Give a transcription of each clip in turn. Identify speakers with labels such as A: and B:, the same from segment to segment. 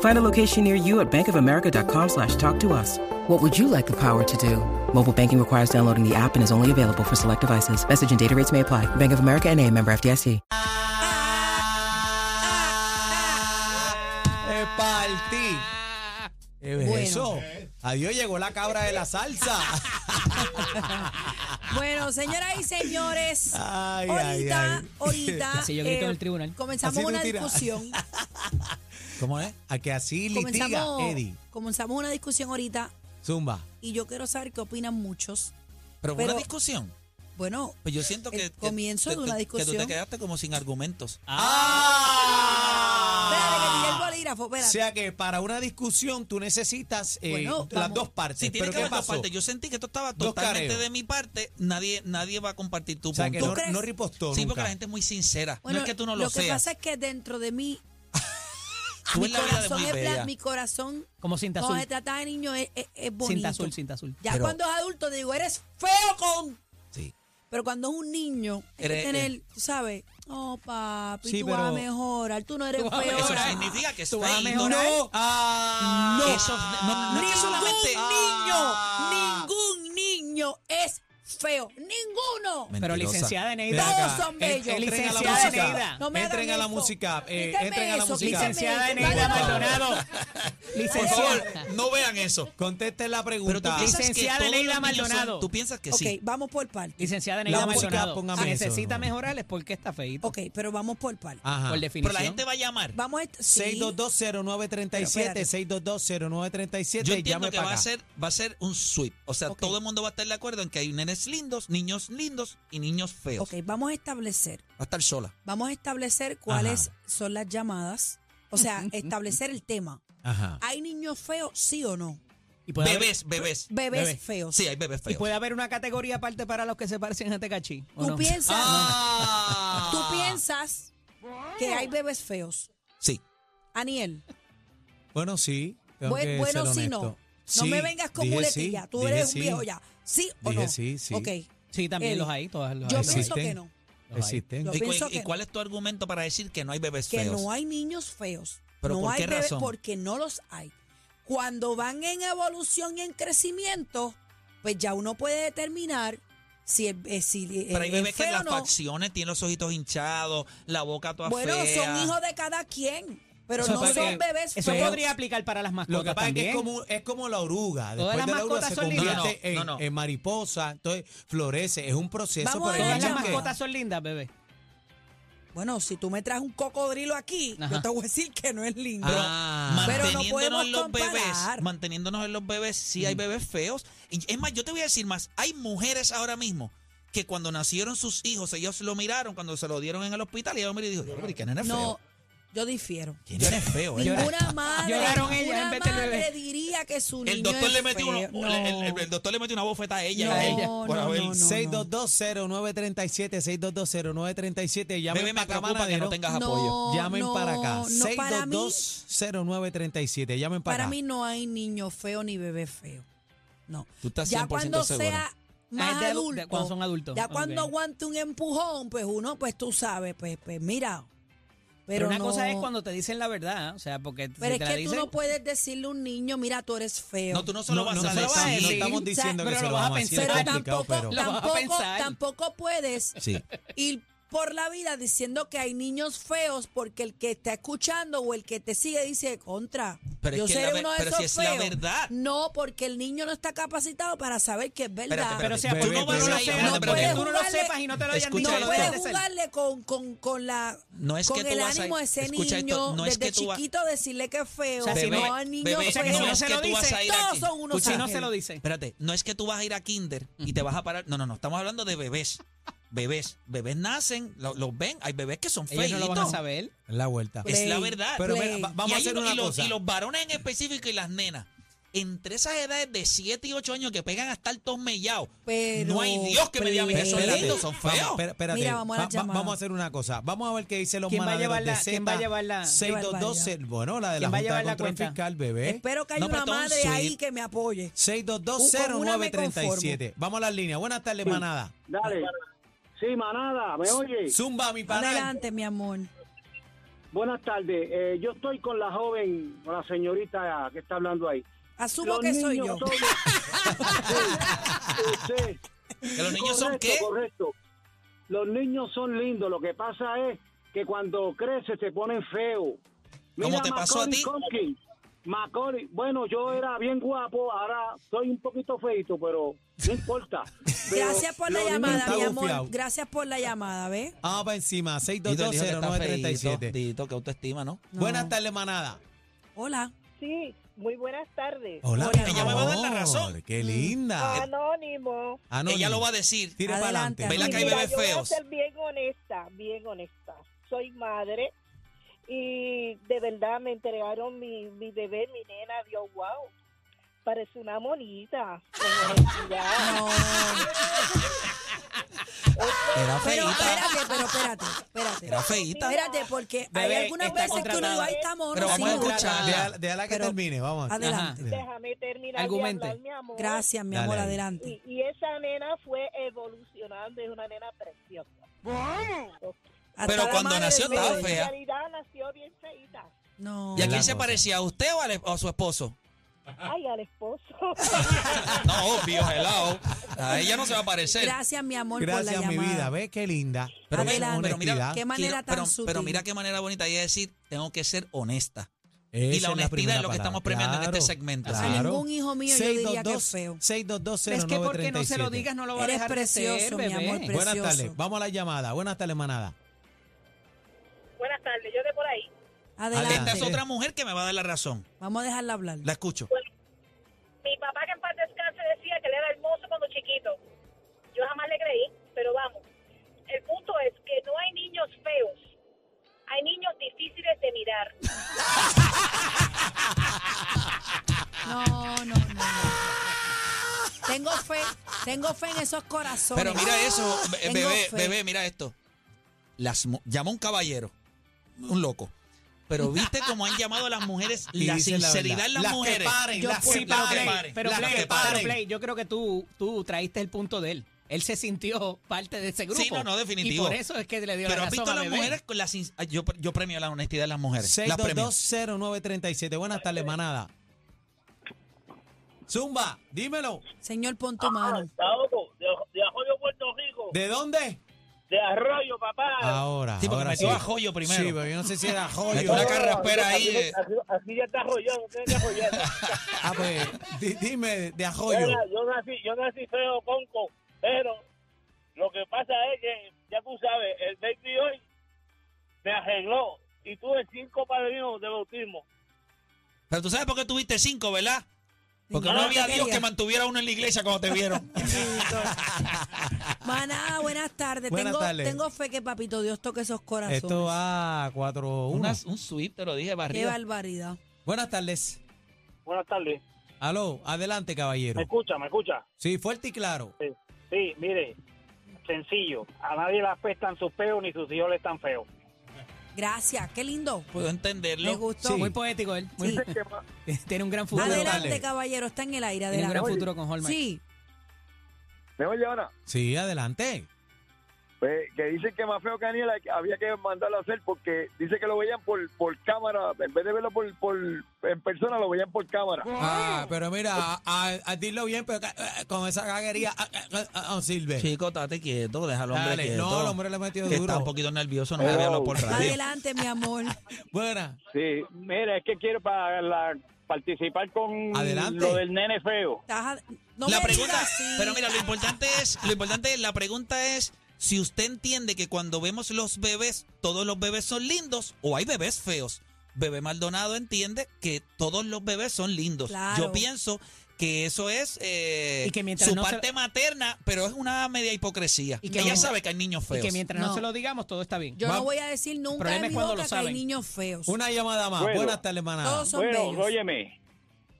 A: Find a location near you at bankofamerica.com slash talk to us. What would you like the power to do? Mobile banking requires downloading the app and is only available for select devices. Message and data rates may apply. Bank of America and a member FDIC.
B: Es party. ¿Qué es eso? Adiós, llegó la cabra de la salsa.
C: Bueno, señoras y señores,
B: Ay, ay,
C: ahorita,
B: ay.
C: ahorita eh,
D: Así yo grito en el tribunal.
C: comenzamos
B: Así tú
C: una
B: tiras.
C: discusión.
B: ¿Cómo es? A que así litiga
C: comenzamos,
B: Eddie.
C: comenzamos una discusión ahorita
B: Zumba.
C: y yo quiero saber qué opinan muchos.
E: Pero fue una
C: Pero-
E: discusión.
C: Bueno,
E: Pues yo siento
C: El
E: que. que-
C: comienzo
E: que-
C: de una
E: que- Que tú
C: discusión.
E: te quedaste como sin argumentos.
C: espérate que tiré el
B: ¡Ah!
C: bolígrafo,
B: O
C: espérate.
B: sea que para una discusión tú necesitas eh,
C: Bueno,
B: las
C: vamos.
B: dos partes.
E: Sí,
B: eh,
E: tiene
B: ¿Pero
E: que
B: qué
E: haber dos
B: pasó?
E: partes. Yo sentí que esto estaba
B: Dos
E: totalmente
B: careos.
E: de mi parte. Nadie, nadie va a compartir tu
B: O sea que
E: punto.
B: no,
C: ¿Tú crees?
B: no ripostó
E: sí, porque
B: nunca.
E: la gente es muy sincera.
C: Bueno,
E: no es que tú no lo,
C: que
E: seas.
C: pasa es que dentro de mí,
E: tú
C: mi
E: en la vida de
C: corazón
E: muy
C: es bla-
E: bella.
C: mi corazón,
D: Como cinta
C: cuando
D: azul.
C: se trata de niños, es, es- es bonito.
D: Cinta azul, cinta azul.
C: Ya
B: Pero-
C: cuando es adulto, digo, eres feo con...
B: Sí.
C: Pero cuando es un niño, hay que
E: Eres-
C: tener, tú sabes, oh papi,
B: Sí,
C: tú vas a
B: pero-
C: mejorar, tú no eres
D: Tú vas a
C: feo.
E: Eso
D: Ahora,
E: significa que es
D: vas a
E: fake.
D: mejorar.
B: No, ah, no.
E: Eso, no,
C: Ah.
E: no es que solamente.
C: ningún niño, ningún niño es feo. Ninguno.
D: Pero
E: Mentirosa.
D: licenciada
B: Ven
D: Neida.
C: Todos
B: acá.
C: son bellos.
B: En- Entren a la
D: Licenciada
B: música.
D: Neida.
C: No me hagan
B: entren a la
C: eso.
B: música. eh,
C: Quítame
B: entren a la
C: eso,
B: música.
C: quítame.
D: Licenciada
C: Quítame.
D: Neida
C: Vale, no.
D: Maldonado.
B: Por
D: Licenciada.
E: favor, no vean eso.
B: Conteste la
E: Pero tú
B: pregunta.
E: piensas que
D: Licenciada
E: todos
D: Neida
E: los niños son-
D: Maldonado.
E: Tú piensas que
C: ok,
E: sí.
C: vamos por parte.
D: Licenciada
B: La
D: Neida
B: música,
D: Maldonado.
B: póngame
D: Si
B: eso.
D: necesita mejorar es porque está feito.
C: Ok, pero vamos por parte.
B: Ajá.
D: Por
E: Pero
D: definición.
E: la gente va a llamar.
C: Vamos a... est- sí.
B: 6220937,
C: Espérate.
B: 6220937,
E: Yo
B: llame
E: entiendo que
B: para
E: va a
B: acá.
E: ser, va a ser un sweep. O sea,
C: Ok.
E: todo el mundo va a estar de acuerdo en que hay nenes lindos, niños lindos y niños feos.
C: Ok, vamos a establecer.
E: Va a estar sola.
C: Vamos a establecer cuáles son las llamadas. O sea, establecer el tema.
B: Ajá.
C: ¿Hay niños feos, sí o no?
D: Y puede haber-
E: Bebés, bebés.
C: Bebés
D: Bebé.
C: feos.
E: Sí, hay bebés
D: Y
E: feos.
D: puede haber una categoría aparte para los que se parecen a Tecachi. ¿o
C: ¿Tú
D: no?
C: piensas,
E: Ah.
C: tú piensas que hay bebés feos?
E: Sí.
C: Aniel.
B: Bueno, sí. tengo
C: Buen-
B: que
C: bueno,
B: ser
C: sí,
B: honesto.
C: no. No
B: Sí,
C: me vengas con
B: dije
C: muletilla.
B: sí,
C: Tú
B: dije
C: eres
B: sí.
C: un viejo ya. ¿Sí o
B: Dije
C: no?
B: sí, sí.
C: Ok.
D: Sí, también
C: Eddie.
D: los hay. Todas los
C: Yo
D: hay.
C: pienso
B: Existen.
C: que no.
D: Los hay.
B: Existen.
C: Yo
E: ¿Y, cu-
C: pienso
E: y
C: que-
E: cuál es tu argumento para decir que no hay bebés
C: Que
E: feos?
C: no hay niños feos.
E: ¿Pero
C: no
E: por
C: hay
E: qué
C: bebés
E: razón?
C: porque no los hay. Cuando van en evolución y en crecimiento, pues ya uno puede determinar si el, eh, si eh,
E: Pero hay
C: es
E: bebés que
C: feo
E: en
C: o
E: las
C: no.
E: facciones tienen los ojitos hinchados, la boca toda
C: Bueno,
E: fea.
C: son hijos de cada quien, pero
D: Eso
C: no
D: podría-
C: son bebés
D: Eso
C: feos.
D: podría aplicar para las mascotas
B: Lo que pasa
D: también.
B: es que es como, es como la oruga. Después
D: Todas las
B: de la oruga
D: mascotas
B: se
D: son
B: convierte
E: lindas.
B: en,
E: No, no, no.
B: en mariposa, entonces florece. Es un proceso.
C: Vamos
B: pero
C: a
B: hay
D: Todas las
B: niños que-
D: mascotas son lindas, bebé.
C: Bueno, si tú me traes un cocodrilo aquí, yo
D: Ajá.
C: te voy a decir que no es lindo.
E: Pero
B: Ah.
C: Pero no
E: manteniéndonos
C: podemos
E: en los
C: comparar.
E: bebés, manteniéndonos en los bebés, sí hay bebés feos. Y es más, yo te voy a decir más, hay mujeres ahora mismo que cuando nacieron sus hijos, ellos lo miraron cuando se lo dieron en el hospital y ellos me dijo, "Pero, ¿y ¿quién es
C: no,
E: feo?
C: yo difiero.
E: ¿Quién es feo? eh?"
C: Ninguna madre,
D: Lloraron ellas
C: ninguna
D: en vez del
C: madre
D: bebé.
C: diría que su niño
E: El doctor
C: es
E: le metió una,
C: feo.
E: le- el,
C: No.
E: el- el doctor le metió una bofeta a ella.
C: No,
E: a él,
C: no,
E: por haber-
C: no, no.
B: 6220937, 6220937, llamen
E: Bebé, me
B: para acá,
E: preocupa que no
B: manadero.
E: tengas
C: No,
E: apoyo.
B: Llamen
C: no,
B: para acá.
C: no, para mí-
B: 6220937, llamen para,
C: Para
B: acá.
C: mí no hay niño feo ni bebé feo. No.
E: Tú estás
C: Ya
E: 100%
C: cuando
E: segura.
C: sea
D: Ah,
C: más
D: de adu-
C: adulto.
D: de- cuando son adultos,
C: Ya
D: ok.
C: cuando aguante un empujón, pues uno, pues tú sabes, pues, pues mira. Pero,
D: Pero una
C: no-
D: cosa es cuando te dicen la verdad, o sea, porque
C: Pero
D: si te
C: es
D: la
C: que tú
D: dicen,
C: no puedes decirle a un niño, mira, tú eres feo.
E: No, tú no se lo
B: No,
E: vas
B: no
E: a
B: se lo vas a
E: decir.
B: decir.
C: Sí.
B: estamos diciendo
D: Pero
B: que se
D: lo
B: lo
D: vas a
B: vamos a decir,
D: pensar.
B: es
C: pero
B: complicado,
C: tampoco,
B: pero...
D: Lo vas a
C: tampoco,
D: pensar.
C: tampoco puedes
E: Sí.
C: ir por la vida diciendo que hay niños feos porque el que está escuchando o el que te sigue dice contra.
E: Pero es
C: yo
E: que
C: seré
E: la ver-
C: uno de
E: pero
C: esos
E: si es la
C: feos".
E: verdad.
C: No, porque el niño no está capacitado para saber que es verdad.
E: Espérate, espérate.
D: Pero o sea,
B: Bebé,
D: porque tú
B: bebé,
D: no lo
B: bebé,
D: sepas,
C: no
D: porque
C: puedes
D: tú no lo
C: jugarle-
D: sepas y no te lo hayan
E: Escucha
D: dicho.
E: esto.
C: no
D: lo
C: puedes
D: puedes hacer.
C: jugarle con, con, con la
E: No es que
C: con
E: tú
C: el
E: vas a-
C: ánimo de ese niño
E: escucha esto, no es
C: desde
E: que tú vas-
C: chiquito decirle que es feo
D: O sea, si
C: no
D: no-
C: hay niños
E: bebé,
D: o sea, que si
C: feos
D: no se lo
E: tú vas a
D: dicen,
E: ir
C: todos
E: aquí.
C: son unos
D: Escucha, no
C: ángeles.
D: se lo dice.
E: Espérate, no es que tú vas a ir a kinder y te vas a parar. No, no, no, estamos hablando de bebés. Bebés, bebés nacen, lo- los ven, hay bebés que son
D: Ellos
E: feitos.
D: no lo van a saber.
B: Es la vuelta.
E: Es la
C: Play,
E: verdad.
B: Pero
C: play.
B: mira, va-
E: Y
B: vamos a
E: hay
B: hacer
E: uno-
B: una
E: y los,
B: cosa.
E: y los varones en específico y las nenas. entre esas edades de 7 y 8 años que pegan a estar todos mellados,
C: Pero,
E: no hay Dios que me diga, mira, esos
C: Freddy.
E: lindos son
B: Vamos,
E: feos.
B: espera- espérate.
C: Mira, vamos a la
B: Va- va-
C: llamada.
B: vamos a hacer una cosa. Vamos a ver qué dicen los
D: ¿Quién va a
B: manaderos
D: llevar la-
B: de
D: quién va a
B: Zeta.
D: llevar la-
B: 622
C: Qué barbaridad.
B: bueno, la de la
D: ¿Quién va
B: Junta
D: a
B: de
D: llevar la
B: Control
D: cuenta?
B: Fiscal, bebé.
C: Espero que haya
B: No,
C: una
B: pero
C: madre
B: está un
C: ahí
B: sweep.
C: que me apoye. Con una me conformo.
B: 6220937. Vamos a las líneas. Buenas tardes, manada.
F: Dale. Sí, manada, ¿me oye?
B: Zumba, mi pana.
C: Adelante, mi amor.
F: Buenas tardes. Eh, yo estoy con la joven, con la señorita que está hablando ahí.
C: Asumo
F: Los
C: que soy yo.
F: niños son- Sí, sí.
E: ¿Que los niños son
F: Correcto,
E: qué?
F: Correcto. Los niños son lindos. Lo que pasa es que cuando crecen se ponen feos.
E: ¿Cómo te pasó a
F: Macaulay
E: ti?
F: Culkin. Macaulay, bueno, yo era bien guapo, ahora soy un poquito feito, pero no importa. Pero
C: Gracias por la
F: los niños-
C: llamada,
B: está
C: mi amor.
B: bufiado.
C: Gracias por la llamada, ¿ves?
B: Vamos para encima.
E: Dito, dijo que está feíto,
B: 6220937.
E: Dito, que autoestima, ¿no?
C: No.
B: Buenas tardes, manada.
C: Hola.
G: Sí, muy buenas tardes.
B: Hola,
C: Hola,
B: mi
E: ella me va a dar la
B: amor.
E: razón.
B: Qué
E: Ah,
C: Ah,
B: linda. Ah,
G: Anónimo.
E: Ella lo va a decir.
B: Tire para
C: Adelante,
B: adelante.
E: Ve la
G: Sí,
E: que hay
G: mira,
E: bebés
G: yo voy a
E: feos.
G: ser bien honesta, bien honesta. Soy madre y de verdad me entregaron mi, mi bebé, mi nena, Dios, wow. Parece una monita. con honestidad.
C: No.
E: Era
C: Pero
E: feíta.
C: espérate, pero espérate, espérate.
E: Era feíta.
C: Espérate, porque hay
D: Bebé,
C: algunas
D: está
C: veces que uno dice,
D: contratada.
C: ahí está mono,
E: Pero
C: sí,
E: vamos a
C: no.
E: escuchar.
B: Déjala, déjala que
C: Pero-
B: termine, vamos.
C: Adelante.
G: Déjame terminar
D: Argumente.
G: de hablar, mi amor.
C: Gracias, mi amor,
B: Dale ahí.
C: adelante.
G: Y, y esa nena fue evolucionando, es una nena preciosa.
C: Hasta
E: Pero
C: la
E: cuando
C: madre
E: Ah, nació
C: del
E: estaba
C: bebé.
G: en
E: fea.
G: realidad nació bien feita.
C: No.
E: ¿Y a quién
B: La
E: se
B: cosa.
E: parecía? ¿A usted o al es- o a su esposo? Ah.
G: Ay, al esposo.
E: No, obvio, helado. A ella no se va a parecer.
C: Gracias, mi amor,
B: Gracias,
C: por la
B: mi
C: llamada.
B: vida. ¿Ves qué linda?
E: Pero
B: Qué
C: mira,
E: pero mira,
B: honestidad.
C: Qué manera
E: Quiero-
C: tan
E: pero,
C: sutil.
E: pero mira qué manera bonita ella decir, tengo que ser honesta.
B: Esa
E: y la
B: primera
E: honestidad es lo que
B: palabra.
E: estamos premiando en este segmento.
C: A ningún hijo mío yo diría que es feo.
B: 622
D: Es que porque no se lo digas no lo va a
C: Eres
D: dejar de ser,
C: precioso, mi
D: bebé.
C: amor, pre-
B: Buenas
C: Precioso.
B: tardes. Vamos a la llamada. Buenas tardes, manada.
G: Buenas tardes, yo de por ahí.
E: Esta
C: Adelante.
E: Este es otra mujer que me va a dar la razón.
C: Vamos a dejarla hablar.
E: La escucho.
G: Mi papá que en paz descanse decía que él era hermoso cuando chiquito. Yo jamás le creí, pero vamos. El punto es que no hay niños feos. Hay niños difíciles de mirar.
C: No, no, no. no. Tengo fe, tengo fe en esos corazones.
E: Pero mira eso, be-
C: ah, Tengo
E: bebé,
C: fe.
E: bebé, mira esto. Las mu- llamó un caballero, un loco. Pero viste cómo han llamado a las mujeres
B: Y
E: la
B: dicen la
E: sinceridad
B: verdad.
E: en las,
B: Las que
E: mujeres.
B: paren, Yo las que
E: Sí, pero
B: paren,
E: paren,
D: Pero,
E: las
D: Play,
E: que
D: pero
E: paren.
D: Play, yo creo que tú, tú traíste el punto de él. Él se sintió parte de ese grupo.
E: Sí, no, no, definitivo.
D: Y por eso es que le dio
E: Pero
D: la
E: has
D: razón
E: visto
D: a
E: las
D: bebé.
E: mujeres con la sin- Ay, yo, yo premio la honestidad de las mujeres. las premio.
B: 6220937. Buenas tardes, manada. Zumba, dímelo.
C: Señor, pon tu mano.
F: Saoco, ah, de, de Arroyo, Puerto Rico.
B: ¿De dónde?
F: De Arroyo, papá.
C: Ah.
B: Ahora.
E: Sí, porque
B: ahora
E: metió a Joyo primero.
B: Sí, pero yo no sé si era
E: Metió
B: Joyo.
E: Ah, una
F: No, no, no,
E: carraspera
F: aquí-
E: ahí, eh.
F: Aquí, aquí ya está arrollado, no tiene que arrollar.
B: Ah, pues, di- dime, de Ajoyo.
F: Mira, yo nací, yo nací feo, Ponco, pero lo que pasa es que, ya tú sabes, el baby hoy me arregló y tuve cinco padrinos de bautismo.
E: Pero tú sabes por qué tuviste cinco, ¿verdad? Porque
C: Yo
E: no
C: no
E: había
C: te
E: Dios
C: quería.
E: que mantuviera a uno en la iglesia cuando te vieron.
C: Maná, buenas tardes.
B: Buenas
C: tengo,
B: tardes.
C: tengo fe que papito Dios toque esos corazones.
B: Esto va a 4-1.
E: Unas- un sweep, te lo dije,
C: Qué
E: barrido.
C: barbaridad.
B: Buenas tardes.
F: Buenas tardes,
B: Aló, adelante, caballero.
F: me escucha, me escucha.
B: Sí, fuerte y claro.
F: Sí, mire, sencillo, a nadie le afectan sus peos ni sus hijos le están feos.
C: Gracias, qué lindo.
E: Puedo
C: Me
E: entenderlo.
C: gustó.
B: Sí.
D: Muy poético él. muy-
C: Sí.
D: Tiene un gran futuro.
C: Adelante,
B: dale.
C: caballero, está en el aire.
D: Tiene un gran
C: Adelante.
D: futuro con Hallmark.
C: Sí,
F: ¿Me oye ahora?
B: Sí, adelante.
F: Pues, que dicen que más feo que Aniel hay- había que mandarlo a hacer porque dice que lo veían por, por cámara, en vez de verlo por, por en persona, lo veían por cámara.
B: Ah, pero mira, a, a- a dilo bien, pero ca- eh, con esa caguería ah, ah, ah, ah, no sirve.
E: Chico, estate quieto, déjalo, hombre,
B: Dale,
E: quieto.
B: no, el hombre le ha metido
E: que está un
B: duro.
E: poquito nervioso, no me había hablado por radio.
C: adelante, mi amor.
B: Buena.
F: Sí, mira, es que quiero para la- participar con
B: Adelante.
F: lo del nene feo.
C: Estás a- No
E: la
C: me
E: pregunta,
C: digas así.
E: pero mira, lo importante es, lo importante es, la pregunta es si usted entiende que cuando vemos los bebés, todos los bebés son lindos o hay bebés feos. Bebé Maldonado entiende que todos los bebés son lindos.
C: Claro.
E: Yo pienso que eso es eh,
D: Y que mientras
E: su
D: no se-
E: parte materna, pero es una media hipocresía.
D: Y que
E: Ella
D: no-
E: sabe que hay niños
D: Y
E: feos.
D: que mientras no.
C: No.
D: se lo digamos, todo está bien.
C: Yo
D: Va-
C: no voy a decir nunca
D: problema
C: en
D: es
C: mi
D: cuando
C: boca
D: lo
C: que hay
D: saben.
C: niños feos.
B: Una llamada más.
F: Bueno.
B: Buenas tardes, manada.
C: Todos son bellos.
F: óyeme,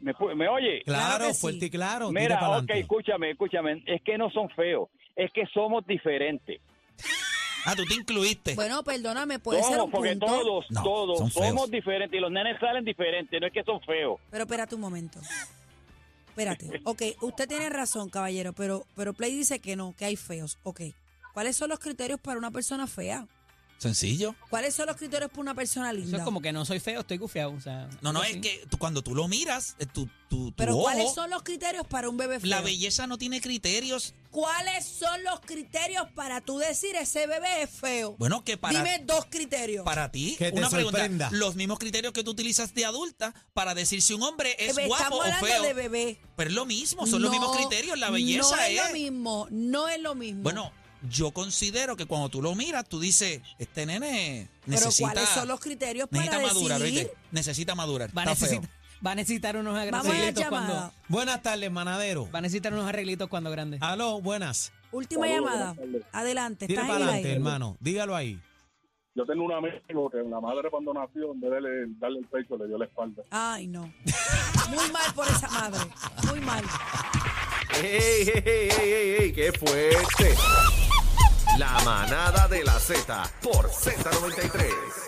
F: ¿Me, pu- me oye?
H: Claro,
C: Claro que sí.
H: fuerte y claro. tira
F: Mira, ok,
H: pa'lante.
F: escúchame, escúchame. Es que no son feos, es que somos diferentes.
E: Ah, tú te incluiste.
C: Bueno, perdóname, puede ser
F: Somos,
C: un
F: porque
C: punto.
F: todos,
E: No, son
F: todos
E: feos.
F: somos diferentes y los nenes salen diferentes, no es que son feos.
C: Pero espérate un momento. Espérate. Ok, usted tiene razón, caballero, pero, pero Play dice que no, que hay feos. Ok. ¿Cuáles son los criterios para una persona fea?
E: Sencillo.
C: ¿Cuáles son los criterios para una persona linda?
D: Eso es como que no soy feo, estoy gufiado. O sea,
E: No, no,
D: algo
E: es
D: así.
E: que tú- cuando tú lo miras, eh, tu, tu, tu
C: pero
E: ojo,
C: ¿cuáles son los criterios para un bebé feo?
E: la belleza no tiene criterios.
C: ¿Cuáles son los criterios para tú decir ese bebé es feo?
E: Bueno, que para,
C: Dime dos criterios.
E: para ti,
H: Que te
E: una
H: sorprenda.
E: pregunta, los mismos criterios que tú utilizas de adulta para decir si un hombre es
C: Bebé,
E: guapo
C: Estamos
E: o
C: hablando
E: feo.
C: de bebé.
E: Pero es lo mismo, son los
C: No,
E: mismos criterios, la belleza
C: No es,
E: es...
C: lo mismo, no es lo mismo.
E: Bueno, yo considero que cuando tú lo miras, tú dices, este nene
C: pero
E: necesita...
C: ¿cuáles son los criterios para
E: necesita madurar,
C: decidir?
E: ¿oíste? Necesita madurar,
D: Va a,
E: está feo.
D: necesitar, va a necesitar unos
C: Vamos a la
D: arreglitos cuando.
C: llamada.
H: Buenas tardes, manadero.
D: Va a necesitar unos arreglitos cuando grande.
H: Aló, buenas.
C: Última llamada. Adelante,
H: Tira
C: estás
H: para
C: en el
H: adelante,
C: aire.
H: hermano. Dígalo ahí.
I: Yo tengo un amigo que la madre cuando nació, en vez de le- darle el pecho, le dio la espalda.
C: Ay, no. Muy mal por esa madre. Muy mal.
B: ¡Ey, ey, ey, ey, ey, ey! qué fuerte! La manada de la Z por Z93.